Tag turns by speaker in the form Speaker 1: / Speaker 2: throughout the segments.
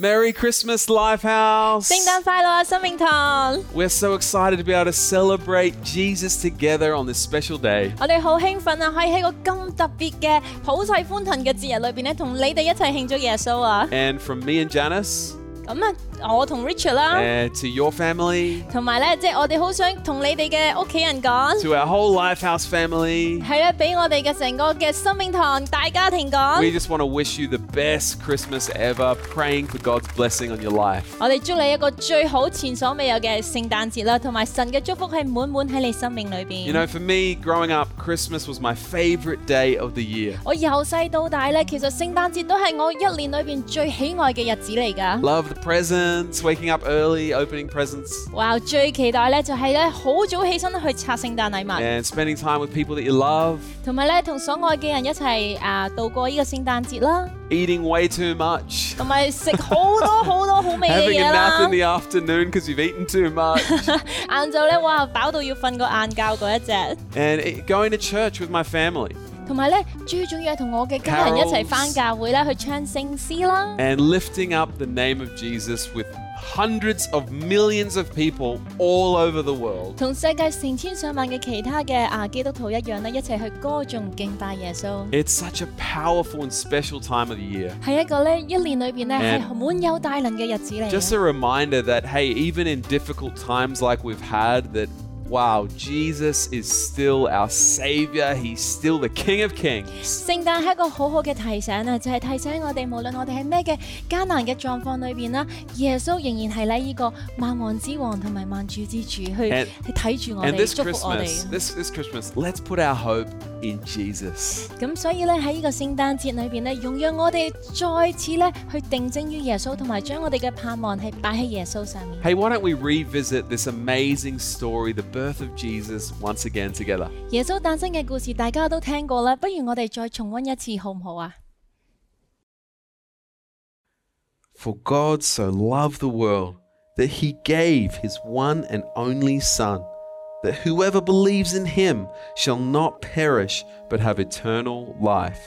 Speaker 1: Merry Christmas, Lifehouse!
Speaker 2: 圣诞快乐，生命堂！
Speaker 1: We're so excited to be able to celebrate Jesus together on this special day.
Speaker 2: 我哋好興奮啊，可以喺個咁特別嘅普世歡騰嘅節日裏邊咧，同你哋一齊慶祝耶穌啊！
Speaker 1: And from me and Janice
Speaker 2: 咁啊，我同 Richard 啦，
Speaker 1: uh, to your family,
Speaker 2: 同埋咧，即係我哋好想同你哋嘅屋企人講，
Speaker 1: to our whole Lifehouse family,
Speaker 2: 係啦，俾我哋嘅成個嘅生命堂大家庭
Speaker 1: we
Speaker 2: 講，
Speaker 1: just want to wish you the best Christmas ever, praying for God's blessing on your life.
Speaker 2: 我哋祝你一個最好前所未有嘅聖誕節啦，同埋神嘅祝福係滿滿喺你生命裏
Speaker 1: You
Speaker 2: 邊。
Speaker 1: know, for me, growing up, Christmas was my favorite day of the year.
Speaker 2: 我由細到大咧，其實聖誕節都係我一年裏邊最喜愛嘅日子嚟㗎。
Speaker 1: Love the presents, waking up early, opening presents,
Speaker 2: 哇！最期待咧就係咧好早起身去拆聖誕禮物，
Speaker 1: and spending time with people that you love,
Speaker 2: 同埋咧同所愛嘅人一齊啊度過呢個聖誕節啦，
Speaker 1: eating way too much.
Speaker 2: 同埋食好多好多好味 嘅
Speaker 1: Having a nap
Speaker 2: 嘢啦
Speaker 1: in。the afternoon because you've eaten too much.
Speaker 2: 晏晝咧哇飽到要瞓個晏覺嗰一隻，
Speaker 1: and it- going to church with my family
Speaker 2: 同埋咧最重要係同我嘅家人一齊翻教會咧去唱聖詩啦，
Speaker 1: and lifting up the name of Jesus with hundreds of millions of people all over the world.
Speaker 2: 同世界成千上萬嘅其他嘅啊基督徒一樣咧，一齊去歌頌敬拜耶穌。
Speaker 1: It's such a powerful and special time of the year.
Speaker 2: 係一個咧一年裏邊咧
Speaker 1: Man
Speaker 2: 係滿有大能嘅日子嚟嘅。
Speaker 1: Just a reminder that hey, even in difficult times like we've had that wow, Jesus is still our savior. He's still the King of Kings.
Speaker 2: 聖誕係一個好好嘅提醒啊，就係、提醒我哋，無論我哋喺咩嘅艱難嘅狀況裏邊啦，耶穌仍然係咧呢個萬王之王同埋萬主之主去
Speaker 1: And-
Speaker 2: 去睇住我
Speaker 1: And
Speaker 2: 哋，
Speaker 1: this
Speaker 2: 祝福我
Speaker 1: Christmas,
Speaker 2: 哋。
Speaker 1: this this Christmas, let's put our hope in Jesus.
Speaker 2: 咁所以咧喺呢個聖誕節裏邊咧，容讓我哋再次咧去定睛於耶穌，同埋將我哋嘅盼望係擺喺耶穌上面。
Speaker 1: Hey, why don't we revisit this amazing story, the birth of Jesus, once again together?
Speaker 2: 耶穌誕生嘅故事大家都聽過啦，不如我哋再重温一次好唔好啊？
Speaker 1: For God so loved the world that he gave his one and only Son, that whoever believes in him shall not perish but have eternal life.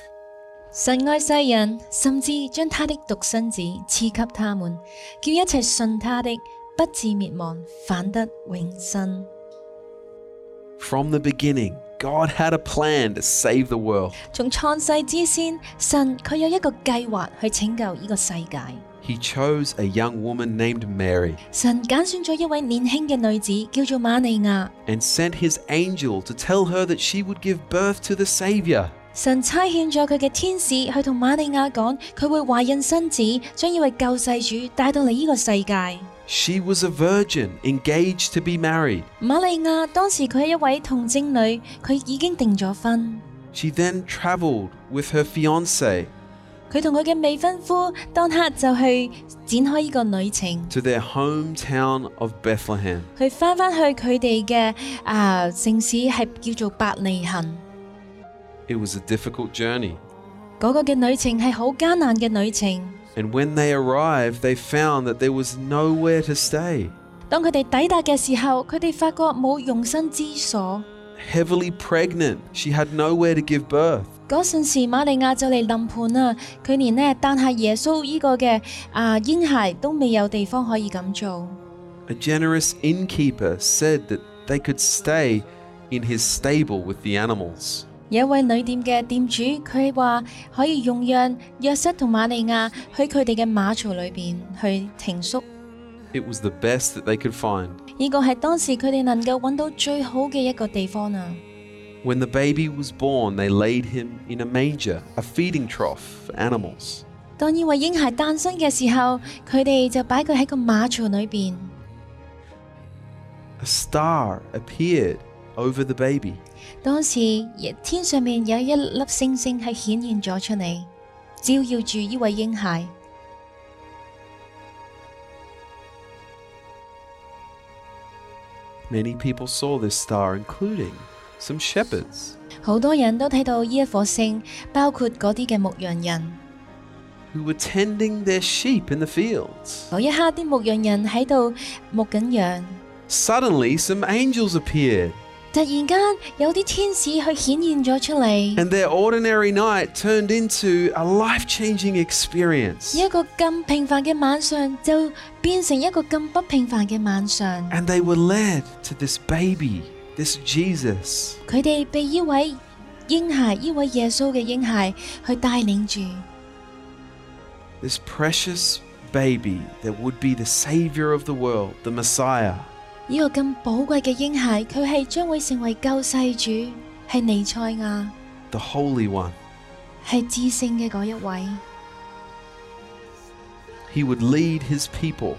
Speaker 2: 神愛世人，甚至將他的獨生子賜給他們，叫一切信他的不至滅亡，反得永生。
Speaker 1: From the beginning, God had a plan to save the world.
Speaker 2: 從創世之先，神佢有一個計劃去拯救呢個世界。
Speaker 1: He chose a young woman named Mary
Speaker 2: 神揀選咗一位年輕嘅女子，叫做瑪利亞。
Speaker 1: and sent his angel to tell her that she would give birth to the Savior.
Speaker 2: 神差遣咗佢嘅天使去同瑪利亞講，佢會懷孕生子，將呢位救世主帶到嚟呢個世界。
Speaker 1: She was a virgin, engaged to be married.
Speaker 2: 瑪利亞當時佢係一位童貞女，佢已經訂咗婚。
Speaker 1: She then traveled with her fiance
Speaker 2: 佢同佢嘅未婚夫當刻就去展開呢個旅程，
Speaker 1: to their hometown of Bethlehem.
Speaker 2: 去翻返去佢哋嘅啊城市係叫做伯利恆。
Speaker 1: It was a difficult journey,
Speaker 2: 嗰、個嘅旅程係好艱難嘅旅程。
Speaker 1: and when they arrived, they found that there was nowhere to stay.
Speaker 2: 當佢哋抵達嘅時候，佢哋發覺冇容身之所。
Speaker 1: Heavily pregnant, she had nowhere to give birth.
Speaker 2: 嗰陣時，瑪利亞就嚟臨盆啦，佢連呢誕下耶穌呢個嘅啊嬰孩都未有地方可以咁做。
Speaker 1: A generous innkeeper said that they could stay in his stable with the animals.
Speaker 2: 有一位旅店嘅店主，佢話可以用讓約瑟同瑪利亞喺佢哋嘅馬槽裏邊去停宿。
Speaker 1: It was the best that they could find.
Speaker 2: 呢個係當時佢哋能夠揾到最好嘅一個地方啊！
Speaker 1: When the baby was born, they laid him in a manger, a feeding trough for animals.
Speaker 2: 當呢位嬰孩誕生嘅時候，佢哋就擺佢喺個馬槽裏邊，
Speaker 1: A star appeared over the baby.
Speaker 2: 當時天上面有一粒星星係顯現咗出嚟，照耀住呢位嬰孩。
Speaker 1: Many people saw this star, including some shepherds
Speaker 2: 好多人都睇到呢一顆星，包括嗰啲嘅牧羊人。
Speaker 1: who were tending their sheep in the fields.
Speaker 2: 嗰一刻，啲牧羊人喺度牧緊羊。
Speaker 1: Suddenly, some angels appeared
Speaker 3: 突然間有啲天使去顯現咗出嚟，
Speaker 1: And their ordinary night turned into a life changing experience.
Speaker 3: 一個咁平凡嘅晚上就變成一個咁不平凡嘅晚上。
Speaker 1: And they were led to this baby, this Jesus.
Speaker 3: 佢哋被呢位嬰孩，呢位耶穌嘅嬰孩去帶領住，
Speaker 1: this precious baby that would be the savior of the world, the Messiah.
Speaker 3: 呢、個咁寶貴嘅嬰孩，佢係將會成為救世主，係尼賽亞，
Speaker 1: The Holy One.
Speaker 3: 係至聖嘅嗰一位。
Speaker 1: He would lead his people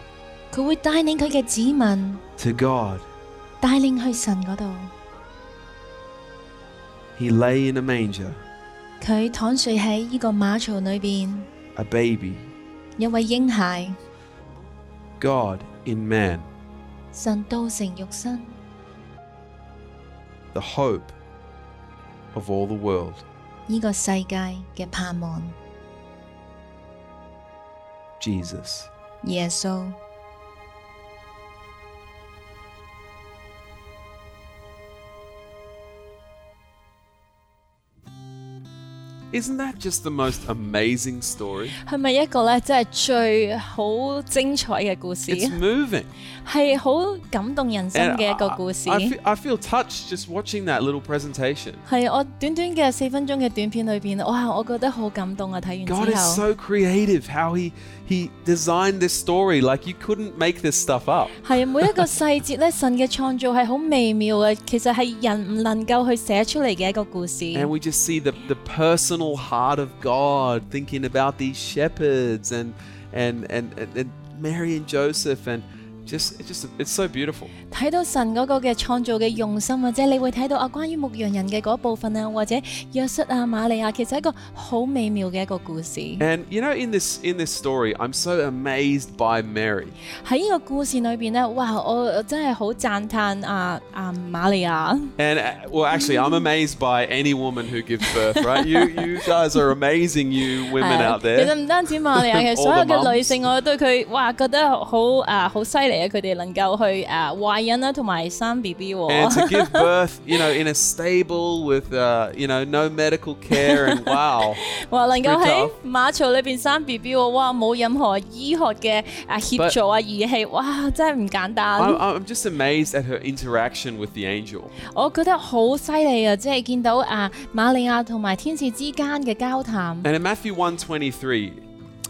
Speaker 3: 佢會帶領佢嘅子民，
Speaker 1: to God.
Speaker 3: 帶領去神嗰度。
Speaker 1: He lay in a manger,
Speaker 3: 佢躺睡喺呢個馬槽裏邊，
Speaker 1: a baby,
Speaker 3: 一位嬰孩，
Speaker 1: God in man,
Speaker 3: 神道成肉身，
Speaker 1: the hope of all the world,
Speaker 3: 呢、個世界嘅盼望。
Speaker 1: Jesus.
Speaker 3: 耶穌，
Speaker 1: Isn't that just the most amazing story?
Speaker 2: 係咪一個咧，真係最好精彩嘅故事？
Speaker 1: It's moving.
Speaker 2: 係好感動人心
Speaker 1: And
Speaker 2: 嘅一個故事。
Speaker 1: I, I, feel, I feel touched just watching that little presentation.
Speaker 2: 係我短短嘅四分鐘嘅短片裏邊，哇！我覺得好感動啊！睇
Speaker 1: God
Speaker 2: 完之
Speaker 1: is
Speaker 2: 後，
Speaker 1: so creative how he he designed this story like you couldn't make this stuff up.
Speaker 2: 係每一個細節咧，神嘅創造係好微妙嘅，其實係人唔能夠去寫出嚟嘅一個故事。
Speaker 1: And we just see the, the personal heart of God thinking about these shepherds and and and, and, and Mary and Joseph and just it just it's so beautiful.
Speaker 2: 睇到神嗰個嘅創造嘅用心啊，即係你會睇到啊，關於牧羊人嘅嗰部分啊，或者約瑟啊、瑪利亞，其實係一個好美妙嘅一個故事。
Speaker 1: And you know in this in this story I'm so amazed by Mary.
Speaker 2: 喺呢個故事裏邊呢，哇！我真係好讚歎啊啊瑪利亞，
Speaker 1: And uh, well actually I'm amazed by any woman who gives birth, right? you you guys are amazing you women
Speaker 2: 係
Speaker 1: out
Speaker 2: 其
Speaker 1: there.
Speaker 2: 實唔單止瑪利亞，其實
Speaker 1: All
Speaker 2: 所有
Speaker 1: the moms
Speaker 2: 嘅女性，我對佢哇覺得好啊好犀利啊！佢哋能夠去啊懷孕啦，同埋生 B B 喎
Speaker 1: and。to give birth, you know, in a stable with, uh, you know, no medical care, and wow,
Speaker 2: 話能夠
Speaker 1: Pretty
Speaker 2: 喺
Speaker 1: tough
Speaker 2: 馬槽裏邊生 B B 喎，哇！冇任何醫學嘅啊協助啊儀器，哇！真係唔簡
Speaker 1: I'm,
Speaker 2: 單。
Speaker 1: I'm just amazed at her interaction with the angel.
Speaker 2: 我覺得好犀利啊！即係見到啊瑪利亞同埋天使之間嘅交談。
Speaker 1: And in Matthew 1:23,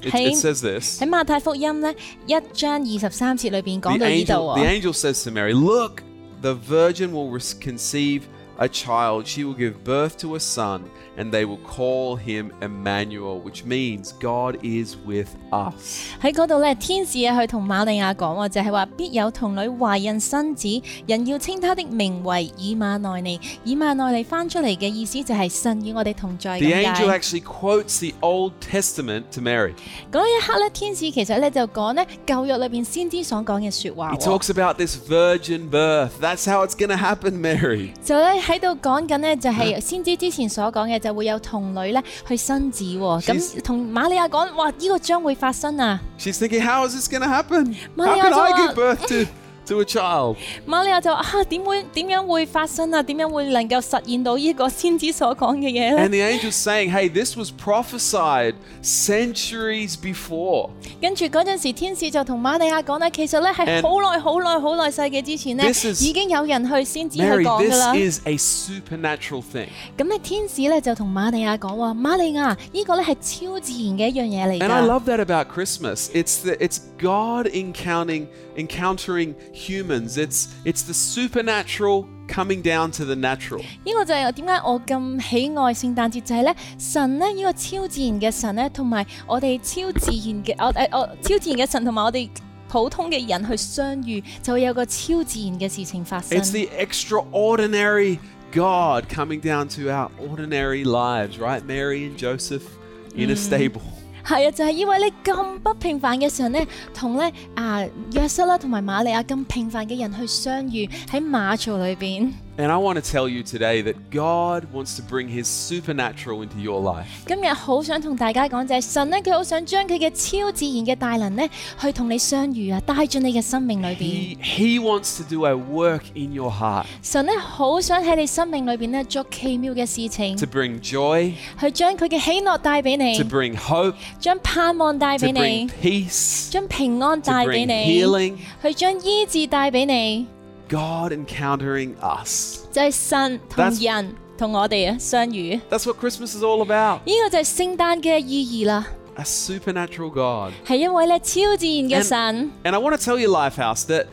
Speaker 1: it,
Speaker 2: Hey.
Speaker 1: it says this:
Speaker 2: 喺馬太福音呢，一章二十三節裏邊講
Speaker 1: the
Speaker 2: 到呢度
Speaker 1: angel, the
Speaker 2: 啊。
Speaker 1: angel says to Mary, "Look, the virgin will res- conceive." A child, she will give birth to a son, and they will call him Emmanuel, which means God is with us.
Speaker 2: 喺嗰度咧，天使啊去同瑪利亞講喎，就係話必有童女懷孕生子，人要稱他的名為以馬內利。以馬內利翻出嚟嘅意思就係神與我哋同在咁
Speaker 1: The angel
Speaker 2: 解。
Speaker 1: actually quotes the Old Testament to Mary.
Speaker 2: 嗰一刻咧，天使其實咧就講咧舊約裏邊先知所講嘅説話
Speaker 1: He
Speaker 2: 喎，
Speaker 1: talks about this virgin birth. That's how it's going to happen, Mary.
Speaker 2: 就咧喺度講緊呢，就係
Speaker 1: 嗯
Speaker 2: 先知之前所講嘅就會有童女咧去生子喎。
Speaker 1: She's-
Speaker 2: 咁同瑪利亞講，哇！呢個將會發生啊！
Speaker 1: She's thinking, how is this going to happen? How
Speaker 2: Mary,
Speaker 1: can
Speaker 2: I
Speaker 1: I give
Speaker 2: don't-
Speaker 1: birth to, to a child?
Speaker 2: 瑪利亞就話啊，點會點樣會發生啊？點樣會能夠實現到呢個先知所講嘅嘢咧
Speaker 1: And？the angel's saying, hey, this was prophesied centuries before.
Speaker 2: 跟住嗰陣時，天使就同瑪利亞講咧，其實咧係
Speaker 1: And-
Speaker 2: 好耐、好耐、好耐世紀之前咧，
Speaker 1: This is-
Speaker 2: 已經有人去先知去
Speaker 1: Mary,
Speaker 2: 講噶
Speaker 1: this
Speaker 2: 啦。
Speaker 1: is a supernatural thing.
Speaker 2: 咁咧，天使咧就同瑪利亞講話：瑪利亞，呢個咧係超自然嘅一樣嘢嚟
Speaker 1: And I
Speaker 2: 㗎。
Speaker 1: love that about Christmas. It's the, it's God encountering encountering humans. It's it's the supernatural coming down to the natural.
Speaker 2: 呢個就係點解我咁喜愛聖誕節，就係咧神咧呢個超自然嘅神咧，同埋我哋超自然嘅我誒呃我超自然嘅神同埋我哋普通嘅人去相遇，就會有個超自然嘅事情發生
Speaker 1: It's。the extraordinary God coming down to our ordinary lives, right? Mary and Joseph in a stable.
Speaker 2: 係啊，就係、因為呢咁不平凡嘅神呢，同呢啊約瑟啦同埋瑪利亞咁平凡嘅人去相遇喺馬槽裏邊，
Speaker 1: And I want to tell you today that God wants to bring His supernatural into your life.
Speaker 2: 今日好想同大家講就係神呢，佢好想將佢嘅超自然嘅大能呢，去同你相遇啊，帶進你嘅生命裏邊。
Speaker 1: He, he wants to do a work in your heart
Speaker 2: 神呢，好想喺你生命裏邊呢，作奇妙嘅事情，
Speaker 1: to bring joy,
Speaker 2: 去將佢嘅喜樂帶俾
Speaker 1: to
Speaker 2: 你，
Speaker 1: bring hope,
Speaker 2: 將盼望帶
Speaker 1: to
Speaker 2: 俾
Speaker 1: bring
Speaker 2: 你，
Speaker 1: peace,
Speaker 2: 將平安
Speaker 1: to
Speaker 2: 帶俾
Speaker 1: bring
Speaker 2: 你，
Speaker 1: healing.
Speaker 2: 去將醫治帶俾你，
Speaker 1: God encountering us.
Speaker 2: 就係神同
Speaker 1: That's-
Speaker 2: 人同我哋啊相遇。
Speaker 1: That's what Christmas is all about
Speaker 2: 呢個就係聖誕嘅意義啦，
Speaker 1: a supernatural God.
Speaker 2: 係因為咧超自然嘅
Speaker 1: And-
Speaker 2: 神。
Speaker 1: And I want to tell you, Lifehouse, that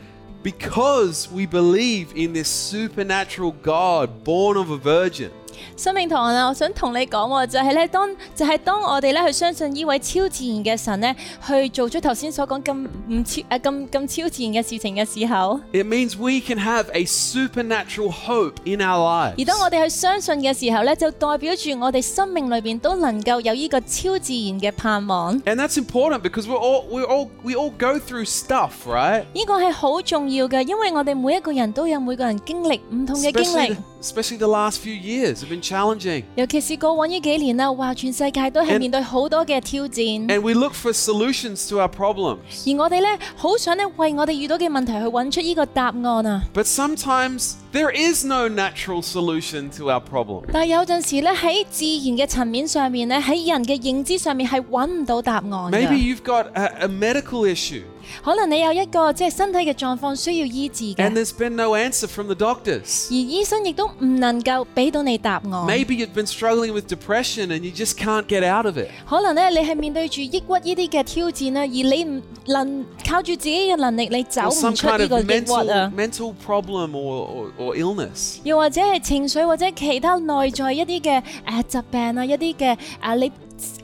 Speaker 1: because we believe in this supernatural God born of a virgin,
Speaker 2: 生命堂啊，我想同你講喎，就係咧，當就係當我哋咧去相信呢位超自然嘅神咧，去做出頭先所講咁唔超啊咁咁超自然嘅事情嘅時候，
Speaker 1: it means we can have a supernatural hope in our
Speaker 2: 而
Speaker 1: lives.
Speaker 2: 當我哋去相信嘅時候咧，就代表住我哋生命裏邊都能夠有呢個超自然嘅盼望。
Speaker 1: And that's important because we're all we all we all go through stuff, right?
Speaker 2: 呢個係好重要嘅，因為我哋每一個人都有每個人經歷唔同嘅經
Speaker 1: Especially the,，
Speaker 2: 歷
Speaker 1: especially the last few years have been challenging.
Speaker 2: 尤其是過往呢幾年啦，哇！全世界都
Speaker 1: And-
Speaker 2: 係面對好多嘅挑戰。
Speaker 1: And we look for solutions to our problems.
Speaker 2: 而我哋咧，好想咧為我哋遇到嘅問題去揾出呢個答案啊！
Speaker 1: But sometimes there is no natural solution to our problem.
Speaker 2: 但係有陣時咧，喺自然嘅層面上面咧，喺人嘅認知上面係揾唔到答案
Speaker 1: Maybe
Speaker 2: 嘅。
Speaker 1: you've got a, a medical issue
Speaker 2: 可能你有一個即係身體嘅狀況需要醫治
Speaker 1: and
Speaker 2: 嘅，
Speaker 1: there's been no answer from the doctors.
Speaker 2: 而醫生亦都唔能夠俾到你答案。
Speaker 1: Maybe you've been struggling with depression and you just can't get out of it.
Speaker 2: 可能咧，你係面對住抑鬱呢啲嘅挑戰啦，而你唔能靠住自己嘅能力，你走
Speaker 1: Or
Speaker 2: 唔
Speaker 1: some
Speaker 2: 出
Speaker 1: kind
Speaker 2: 呢
Speaker 1: of
Speaker 2: 個抑鬱
Speaker 1: mental,
Speaker 2: 啊。
Speaker 1: mental problem or, or, or illness.
Speaker 2: 又或者係情緒或者其他內在一啲嘅誒疾病啊，一啲嘅誒你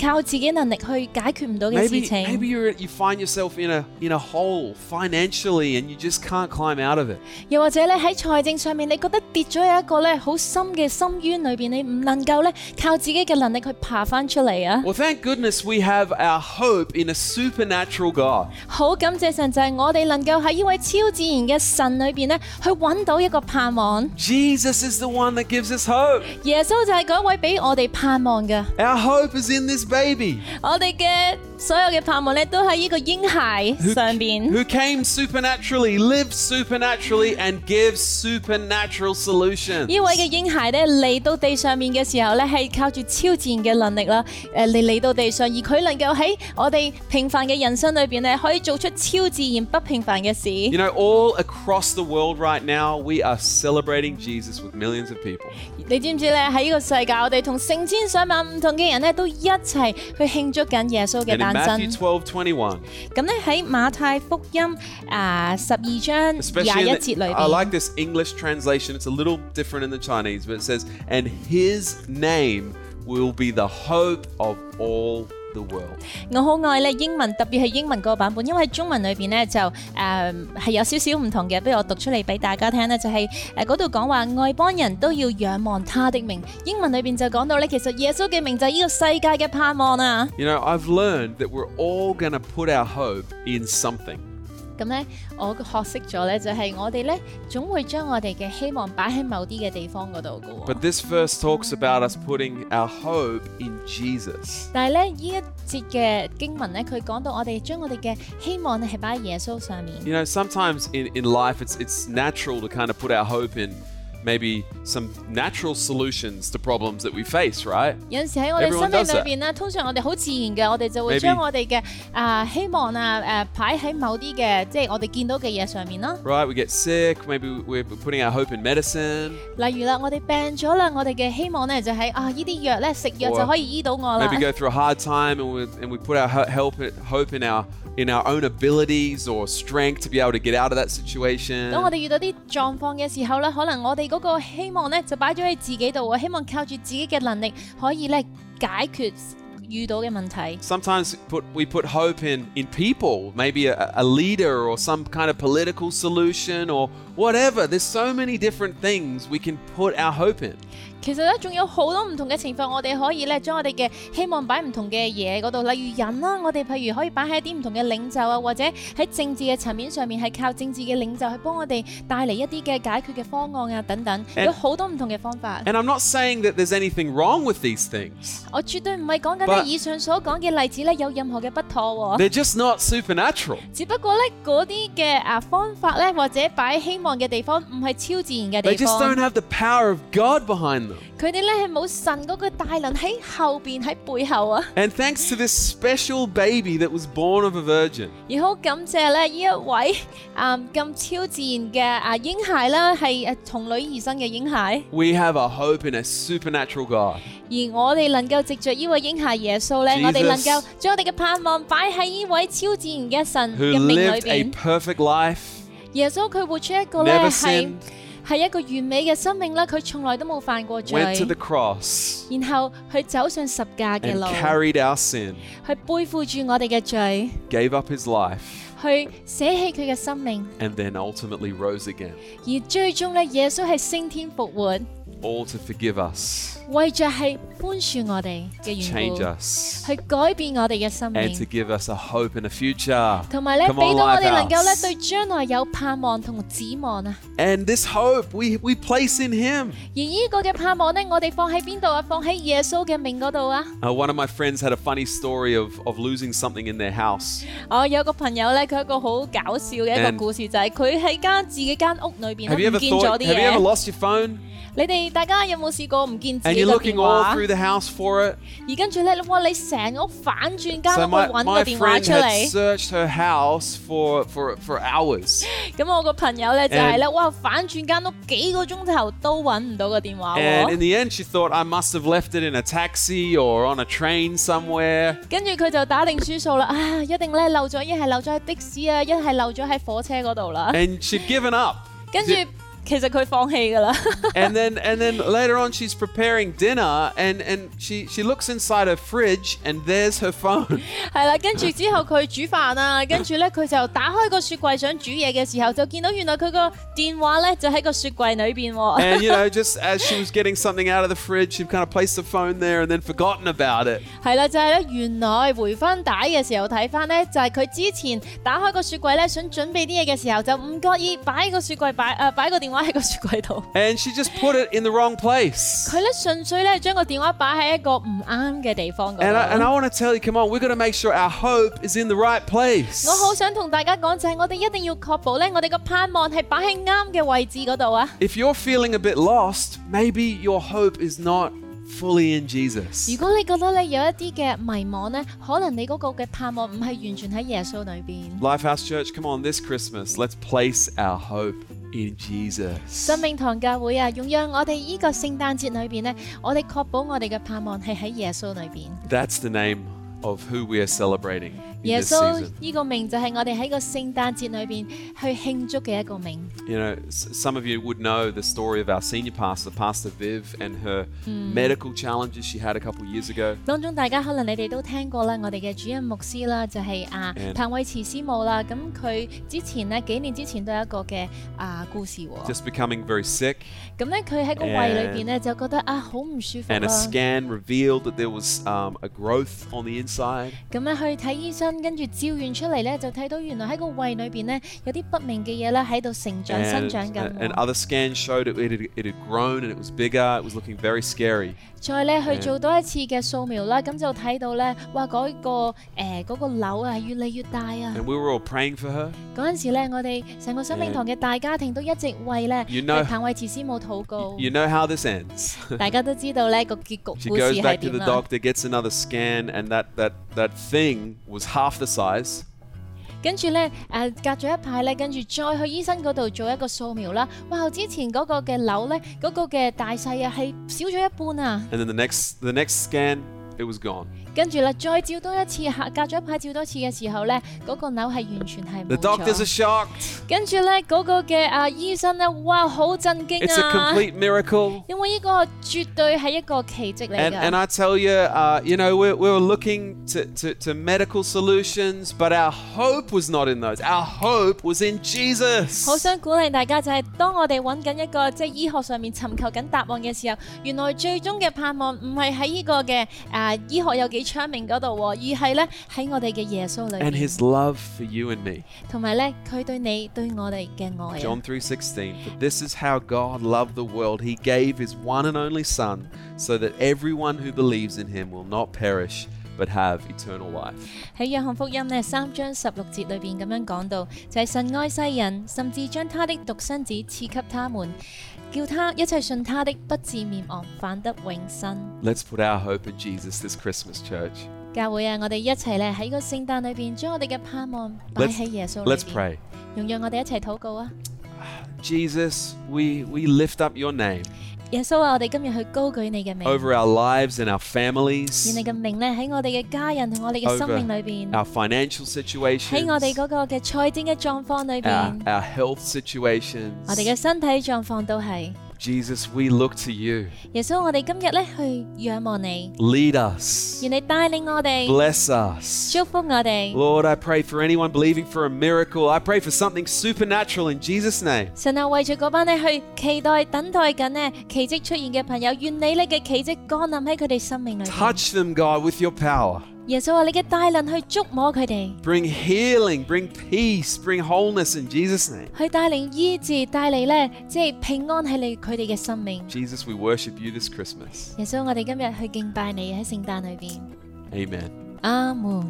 Speaker 2: 靠自己能力去解決唔到嘅事
Speaker 1: Maybe,
Speaker 2: 情。
Speaker 1: maybe you're, you find yourself in a, in a hole financially and you just can't climb out of it.
Speaker 2: 又或者咧喺財政上面，你覺得跌咗有一個咧好深嘅深淵裏邊，你唔能夠咧靠自己嘅能力去爬翻出嚟啊！
Speaker 1: Well, thank goodness we have our hope in a supernatural God.
Speaker 2: 好感謝神，就係我哋能夠喺呢位超自然嘅神裏邊咧，去揾到一個盼望。
Speaker 1: Jesus is the one that gives us hope.
Speaker 2: 耶穌就係嗰位俾我哋盼望嘅，
Speaker 1: Our hope is in this baby
Speaker 2: 我哋嘅所有嘅盼望咧都喺呢個嬰孩上邊。
Speaker 1: who came supernaturally, lived supernaturally, and gives supernatural solutions.
Speaker 2: 呢位嘅嬰孩咧嚟到地上面嘅時候咧，係靠住超自然嘅能力啦，誒嚟嚟到地上，而佢能夠喺我哋平凡嘅人生裏邊咧，可以做出超自然不平凡嘅事。
Speaker 1: You know, all across the world right now, we are celebrating Jesus with millions of people.
Speaker 2: 你知唔知咧？喺呢個世界，我哋同成千上萬唔同嘅人咧，都一齊去慶祝緊耶穌
Speaker 1: And
Speaker 2: 嘅
Speaker 1: in
Speaker 2: 誕
Speaker 1: Matthew
Speaker 2: 生。
Speaker 1: 12 21,
Speaker 2: 咁咧喺馬太福音啊十二章
Speaker 1: especially
Speaker 2: 廿一
Speaker 1: in
Speaker 2: 節
Speaker 1: the,
Speaker 2: 裏
Speaker 1: I
Speaker 2: 邊，
Speaker 1: like this English translation. It's a little different in the Chinese, but it says, "And his name will be the hope of all the world."
Speaker 2: 我好愛咧英文，特別係英文個版本，因為中文裏邊咧就誒係、有少少唔同嘅。不如我讀出嚟俾大家聽咧，就係誒嗰度講話外邦人都要仰望他的名。英文裏邊就講到咧，其實耶穌嘅名就係呢個世界嘅盼望啊！
Speaker 1: You know, I've learned that we're all going to put our hope in something.
Speaker 2: 咁咧，我學識咗咧，就係我哋咧總會將我哋嘅希望擺喺某啲嘅地方嗰度嘅喎。
Speaker 1: But this verse talks about us putting our hope in Jesus.
Speaker 2: 但係咧，呢一節嘅經文咧，佢講到我哋將我哋嘅希望咧係擺喺耶穌上面。
Speaker 1: You know, sometimes in, in life, it's, it's natural to kind of put our hope in maybe some natural solutions to problems that we face, right?
Speaker 2: 有陣時喺我哋
Speaker 1: Everyone
Speaker 2: 生
Speaker 1: does that.
Speaker 2: 命裏邊咧，通常我哋好自然嘅，我哋就會
Speaker 1: Maybe.
Speaker 2: 將我哋嘅啊希望啊誒、擺喺某啲嘅，即係我哋見到嘅嘢上面啦。
Speaker 1: Right? We get sick, maybe we're putting our hope in medicine,
Speaker 2: 例如啦，我哋病咗啦，我哋嘅希望咧就係、啊呢啲藥咧食藥
Speaker 1: Or
Speaker 2: 就可以醫到我啦
Speaker 1: maybe。go through a hard time and we, and we put our ho- help, hope in our, in our own abilities or strength to be able to get out of that situation.
Speaker 2: 當我哋遇到啲狀況嘅時候咧，可能我哋嗰個希望咧就擺咗喺自己度啊，希望靠住自己嘅能力可以咧解決遇到嘅問題。
Speaker 1: Sometimes put, we put hope in, in people, maybe a, a leader or some kind of political solution or whatever. There's so many different things we can put our hope in.
Speaker 2: 其實咧，仲有好多唔同嘅情況，我哋可以咧將我哋嘅希望擺唔同嘅嘢嗰度，例如人啦，我哋譬如可以擺喺一啲唔同嘅領袖啊，或者喺政治嘅層面上面，係靠政治嘅領袖去幫我哋帶嚟一啲嘅解決嘅方案啊，等等，
Speaker 1: And-
Speaker 2: 有好多唔同嘅方法。
Speaker 1: And I'm not saying that there's anything wrong with these things,
Speaker 2: 我絕對唔係講緊
Speaker 1: But-
Speaker 2: 咧以上所講嘅例子咧有任何嘅不妥喎，
Speaker 1: they're just not supernatural.
Speaker 2: 只不過咧嗰啲嘅啊方法咧或者擺希望嘅地方唔係超自然嘅
Speaker 1: They
Speaker 2: 地
Speaker 1: just
Speaker 2: 方
Speaker 1: don't，have the power of God behind them.
Speaker 2: 佢哋咧係冇神嗰個大能喺後邊喺背後啊。
Speaker 1: And thanks to this special baby that was born of a virgin,
Speaker 2: 而好感謝咧，呢一位 啊咁、超自然嘅啊嬰孩啦，係誒從女而生嘅嬰孩，
Speaker 1: we have a hope in a supernatural God.
Speaker 2: 而我哋能夠藉着呢位嬰孩耶穌咧
Speaker 1: Jesus
Speaker 2: 我哋能夠將我哋嘅盼望擺喺呢位超自然嘅神
Speaker 1: who
Speaker 2: 嘅名裏
Speaker 1: lived a
Speaker 2: 邊。
Speaker 1: perfect life,
Speaker 2: 耶穌佢活出一個咧
Speaker 1: never
Speaker 2: 係
Speaker 1: sinned,
Speaker 2: 係一個完美嘅生命啦，佢從來都冇犯過罪，
Speaker 1: went to the cross,
Speaker 2: 然後佢走上十架嘅
Speaker 1: and
Speaker 2: 路，
Speaker 1: carried our sin,
Speaker 2: 去背負住我哋嘅罪，
Speaker 1: gave up his life,
Speaker 2: 去捨棄佢嘅生命，
Speaker 1: and then ultimately rose again,
Speaker 2: 而最終咧耶穌係升天復活。
Speaker 1: all to forgive us,
Speaker 2: 为着系宽恕我哋嘅
Speaker 1: change
Speaker 2: 缘
Speaker 1: us,
Speaker 2: 故，去改变我哋嘅生
Speaker 1: and to
Speaker 2: 命，
Speaker 1: give us a hope and a future.
Speaker 2: 同埋咧
Speaker 1: Come on,
Speaker 2: 俾到我
Speaker 1: life
Speaker 2: 哋能夠咧
Speaker 1: house
Speaker 2: 對將來有盼望同指望啊！
Speaker 1: And this hope we, we place in him.
Speaker 2: 而呢個嘅盼望呢，我哋放喺邊度啊？放喺耶穌嘅命嗰度啊！
Speaker 1: Uh, one of my friends had a funny story of, of losing something in their house.
Speaker 2: 我有個朋友呢，佢有一個好搞笑嘅一個
Speaker 1: And-
Speaker 2: 故事，就係佢喺間自己間屋裏邊
Speaker 1: Have you
Speaker 2: 唔
Speaker 1: ever
Speaker 2: 見咗啲
Speaker 1: thought, have you ever
Speaker 2: 嘢。
Speaker 1: lost your phone
Speaker 2: 你哋大家有冇試過唔見自
Speaker 1: and
Speaker 2: 己
Speaker 1: you're
Speaker 2: 嘅
Speaker 1: looking
Speaker 2: 電
Speaker 1: all
Speaker 2: 話？
Speaker 1: through the house for it?
Speaker 2: 而跟住呢，哇！你成屋反轉間屋去
Speaker 1: So my,
Speaker 2: 揾個
Speaker 1: my
Speaker 2: 電話
Speaker 1: friend
Speaker 2: 出
Speaker 1: had
Speaker 2: 嚟。
Speaker 1: searched her house for, for, for hours.
Speaker 2: 咁我個朋友咧就係
Speaker 1: And-
Speaker 2: 咧，哇！反轉間屋幾個鐘頭都揾唔到個電話
Speaker 1: And in
Speaker 2: 喎，
Speaker 1: the end, she thought, I must have left it in a taxi or on a train somewhere.
Speaker 2: 跟住佢就打定輸數啦，啊！一定咧漏咗，一係漏咗喺的士啊，一係漏咗喺火車嗰度啦。
Speaker 1: And she'd given up.
Speaker 2: 跟住其實佢放棄㗎啦，
Speaker 1: And then, and then later on, she's preparing dinner and, and she, she looks inside her fridge and there's her phone.
Speaker 2: 係啦。跟住之後佢煮飯啊，跟住咧佢就打開個雪櫃想煮嘢嘅時候，就見到原來佢個電話咧就喺個雪櫃裏邊喎。
Speaker 1: And, you know, just as she was getting something out of the fridge, she'd kind of placed the phone there and then forgotten about it.
Speaker 2: 係啦，就係咧，原來回翻帶嘅時候睇翻咧，就係佢之前打開個雪櫃咧，想準備啲嘢嘅時候，就唔覺意擺個雪櫃擺 誒擺個電話喺個雪櫃度。
Speaker 1: And she just put it in the wrong place.
Speaker 2: 佢咧純粹咧將個電話擺喺一個唔啱嘅地方嗰
Speaker 1: And I, and I
Speaker 2: 度。
Speaker 1: want to tell you, come on, we're going to make sure our hope is in the right place.
Speaker 2: 我好想同大家講就係，我哋一定要確保咧，我哋個盼望係擺喺啱嘅位置嗰度啊！
Speaker 1: If you're feeling a bit lost, maybe your hope is not fully in Jesus.
Speaker 2: 如果你覺得咧有一啲嘅迷茫咧，可能你嗰個嘅盼望唔係完全喺耶穌裏邊。
Speaker 1: Lifehouse Church, come on, this Christmas, let's place our hope in Jesus.
Speaker 2: 生命堂教會啊，用讓我哋呢個聖誕節裏邊呢，我哋確保我哋嘅盼望係喺耶穌裏邊。
Speaker 1: That's the name of who we are celebrating in
Speaker 2: 耶
Speaker 1: this
Speaker 2: 穌
Speaker 1: season.
Speaker 2: 呢個名就係我哋喺個聖誕節裏邊去慶祝嘅一個名。
Speaker 1: You know, s- some of you would know the story of our senior pastor, Pastor Viv, and her medical challenges she had a couple years ago.
Speaker 2: 當中大家可能你哋都聽過啦，我哋嘅主任牧師啦，就係、啊
Speaker 1: And-
Speaker 2: 彭偉慈師母啦。咁佢之前呢，幾年之前都有一個嘅啊故事喎。
Speaker 1: Just becoming very sick,
Speaker 2: 咁呢，佢喺個胃裏邊呢，就覺得啊好唔舒服
Speaker 1: and a
Speaker 2: 啦。
Speaker 1: scan revealed that there was um, a growth on the inside.
Speaker 2: 咁咧去睇醫生，跟住照完出嚟咧，就睇到原來喺個胃裏邊咧有啲不明嘅嘢咧喺度成長生
Speaker 1: and,
Speaker 2: 長
Speaker 1: and-
Speaker 2: 緊
Speaker 1: and
Speaker 2: 喎。
Speaker 1: other scans showed it, it, had, it had grown and it was bigger. It was looking very scary.
Speaker 2: 再咧去
Speaker 1: and-
Speaker 2: 做多一次嘅掃描啦，咁就睇到咧，哇嗰、個誒嗰、個瘤啊越嚟越大啊！
Speaker 1: And we were all praying for her.
Speaker 2: 嗰陣時咧，我哋成個生命堂嘅大家庭都一直為咧
Speaker 1: You
Speaker 2: 為
Speaker 1: know,
Speaker 2: 彭偉慈師母禱
Speaker 1: y-
Speaker 2: 告。
Speaker 1: you know how this ends.
Speaker 2: 大家都知道咧個結局
Speaker 1: She
Speaker 2: 故事
Speaker 1: goes
Speaker 2: 係
Speaker 1: back to
Speaker 2: 點
Speaker 1: the
Speaker 2: 啦。
Speaker 1: doctor, gets another scan, and that, that, that thing was half the size.
Speaker 2: 跟住咧誒隔咗一排咧，跟住再去醫生嗰度做一個掃描啦。哇！之前嗰個嘅瘤咧，嗰、個嘅大細啊係少咗一半啊！啊
Speaker 1: And then the next, the next scan, it was gone.
Speaker 2: 跟住啦，再照多一次，下隔咗一排照多次嘅時候呢，嗰、個瘤係完全係
Speaker 1: The
Speaker 2: 冇
Speaker 1: doctors are
Speaker 2: 咗。
Speaker 1: shocked.
Speaker 2: 跟住呢，嗰、個嘅啊醫生呢，哇，好震
Speaker 1: It's
Speaker 2: 驚
Speaker 1: a
Speaker 2: 啊！
Speaker 1: complete miracle.
Speaker 2: 因為呢個絕對係一個奇蹟嚟
Speaker 1: And, and
Speaker 2: 㗎。
Speaker 1: I tell you, uh, you know, we, we were looking to, to, to medical solutions, but our hope was not in those. Our hope was in Jesus.
Speaker 2: 好想鼓勵大家就係、當我哋揾緊一個即係醫學上面尋求緊答案嘅時候，原來最終嘅盼望唔係喺呢個嘅啊、醫學有幾昌明嗰度喎，而係呢喺我哋嘅耶穌裏
Speaker 1: And
Speaker 2: 面，
Speaker 1: his love for you and me.
Speaker 2: 同埋呢，佢對你對我哋嘅愛啊
Speaker 1: John 3:16 For this is how God loved the world he gave his one and only son so that everyone who believes in him will not perish but have eternal life.
Speaker 2: 喺約翰福音呢三章十六節裏邊咁樣講到，就係、神愛世人，甚至將他的獨生子賜給他們，叫他一切信他的不至滅亡，反得永生。
Speaker 1: Let's put our hope in Jesus this Christmas church.
Speaker 2: 教會啊，我哋一齊咧喺個聖誕裏邊，將我哋嘅盼望擺
Speaker 1: Let's
Speaker 2: 喺耶穌裏
Speaker 1: let's
Speaker 2: 邊。
Speaker 1: pray.
Speaker 2: 容讓我哋一齊禱告啊！
Speaker 1: Jesus, we we lift up your name
Speaker 2: 耶穌啊，我哋今日去高舉你嘅名，而
Speaker 1: over our lives and our
Speaker 2: 你
Speaker 1: families,
Speaker 2: 嘅名咧喺我哋嘅家人同我哋嘅生命裏邊，
Speaker 1: our financial
Speaker 2: 喺
Speaker 1: situations,
Speaker 2: 我哋嗰個嘅財政嘅狀況
Speaker 1: our,
Speaker 2: 裏邊，
Speaker 1: our health
Speaker 2: 我
Speaker 1: situations.
Speaker 2: 哋嘅身體狀況都係。
Speaker 1: Jesus, we look to you.
Speaker 2: 耶穌，我哋今日咧去仰望你。
Speaker 1: Lead us.
Speaker 2: 愿你带领我哋，
Speaker 1: Bless us.
Speaker 2: 祝福我哋。
Speaker 1: Lord, I pray for anyone believing for a miracle. I pray for something supernatural in Jesus' name.
Speaker 2: 神啊，为住嗰班咧去期待、等待紧呢奇迹出现嘅朋友，愿你呢嘅奇迹降临喺佢哋生命里面。
Speaker 1: Touch them, God, with your power.
Speaker 2: 耶稣啊，你嘅大能去触摸佢哋，
Speaker 1: Bring healing, bring peace, bring wholeness in Jesus' name.
Speaker 2: 去带领医治，带嚟呢即系平安喺你佢哋嘅生命。
Speaker 1: Jesus, we worship you this Christmas.
Speaker 2: 耶稣，我哋今日去敬拜你喺圣诞里边。
Speaker 1: Amen.
Speaker 2: 阿门，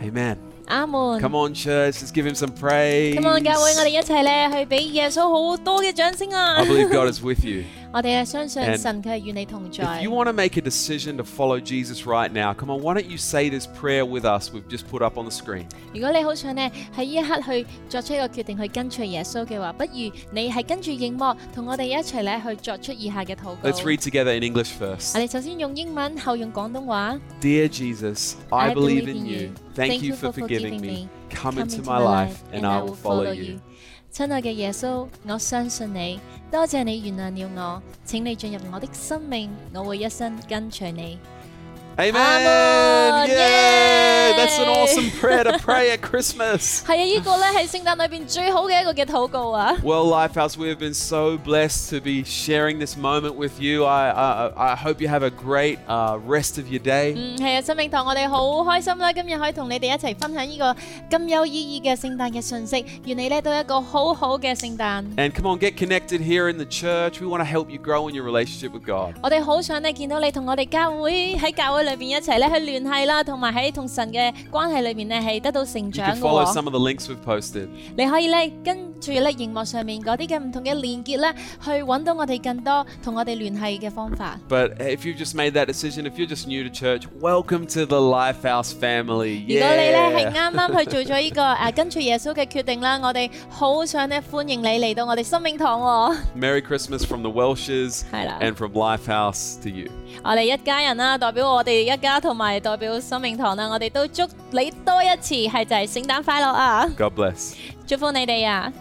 Speaker 1: Amen.
Speaker 2: 阿门。
Speaker 1: Come on, church, let's give him some praise.
Speaker 2: Come on，教会，我哋一齐呢去俾耶稣好多嘅掌声啊
Speaker 1: I！believe God is with you.
Speaker 2: 我哋係相信
Speaker 1: And
Speaker 2: 神佢系与你同
Speaker 1: If
Speaker 2: 在
Speaker 1: you。want to make a decision to follow Jesus right now, come on, why don't you say this prayer with us? We've just put up on the screen.
Speaker 2: 如果你好想呢，喺呢一刻去作出一個決定去跟隨耶穌嘅話，不如你係跟住熒幕同我哋一齊咧去作出以下嘅禱告。
Speaker 1: Let's read together in English first.
Speaker 2: 我哋首先用英文，後用廣東話。
Speaker 1: Dear Jesus, I, believe in you. Thank, you for forgiving me. Come, into my life, and I will follow you.
Speaker 2: 親愛嘅耶穌，我相信你，多謝你原諒了我，請你進入我的生命，我會一生跟隨你。
Speaker 1: Amen.
Speaker 2: Amen.
Speaker 1: Yay! That's an
Speaker 2: Yay.
Speaker 1: awesome prayer to pray at Christmas.
Speaker 2: 係啊，呢、個呢係聖誕裏邊最好嘅一個嘅禱告啊！
Speaker 1: Well, Lifehouse, we have been so blessed to be sharing this moment with you. I, I, I hope you have a great uh, rest of your day.
Speaker 2: 嗯，係啊，生命堂我哋好開心啦！今日可以同你哋一齊分享呢個咁有意義嘅聖誕嘅信息，願你咧都有一個好好嘅聖誕。
Speaker 1: And come on, get connected here in the church. We want to help you grow in your relationship with God.
Speaker 2: 我哋好想咧見到你同我哋教會喺教會裏邊一齊咧去聯繫啦，同埋喺同神嘅關係裏面咧係得到成
Speaker 1: You
Speaker 2: 長
Speaker 1: can
Speaker 2: 嘅
Speaker 1: follow
Speaker 2: 喎。
Speaker 1: some of the links we've posted.
Speaker 2: 你可以咧跟住咧熒幕上面嗰啲嘅唔同嘅連結咧，去揾到我哋更多同我哋聯繫嘅方法。
Speaker 1: But if you've just made that decision, if you're just new to church, welcome to the Lifehouse family.
Speaker 2: 如果你咧係
Speaker 1: Yeah.
Speaker 2: 啱啱去做咗呢、個誒、啊跟隨耶穌嘅決定啦，我哋好想咧歡迎你嚟到我哋生命堂喎、
Speaker 1: Merry Christmas from the Welshes
Speaker 2: Hi, love.
Speaker 1: and from Lifehouse to you.
Speaker 2: 我哋一家人啦，代表我哋一家同埋代表生命堂啦，我哋都祝你多一次，係就係聖誕快樂啊！
Speaker 1: God bless.
Speaker 2: 祝福你哋啊！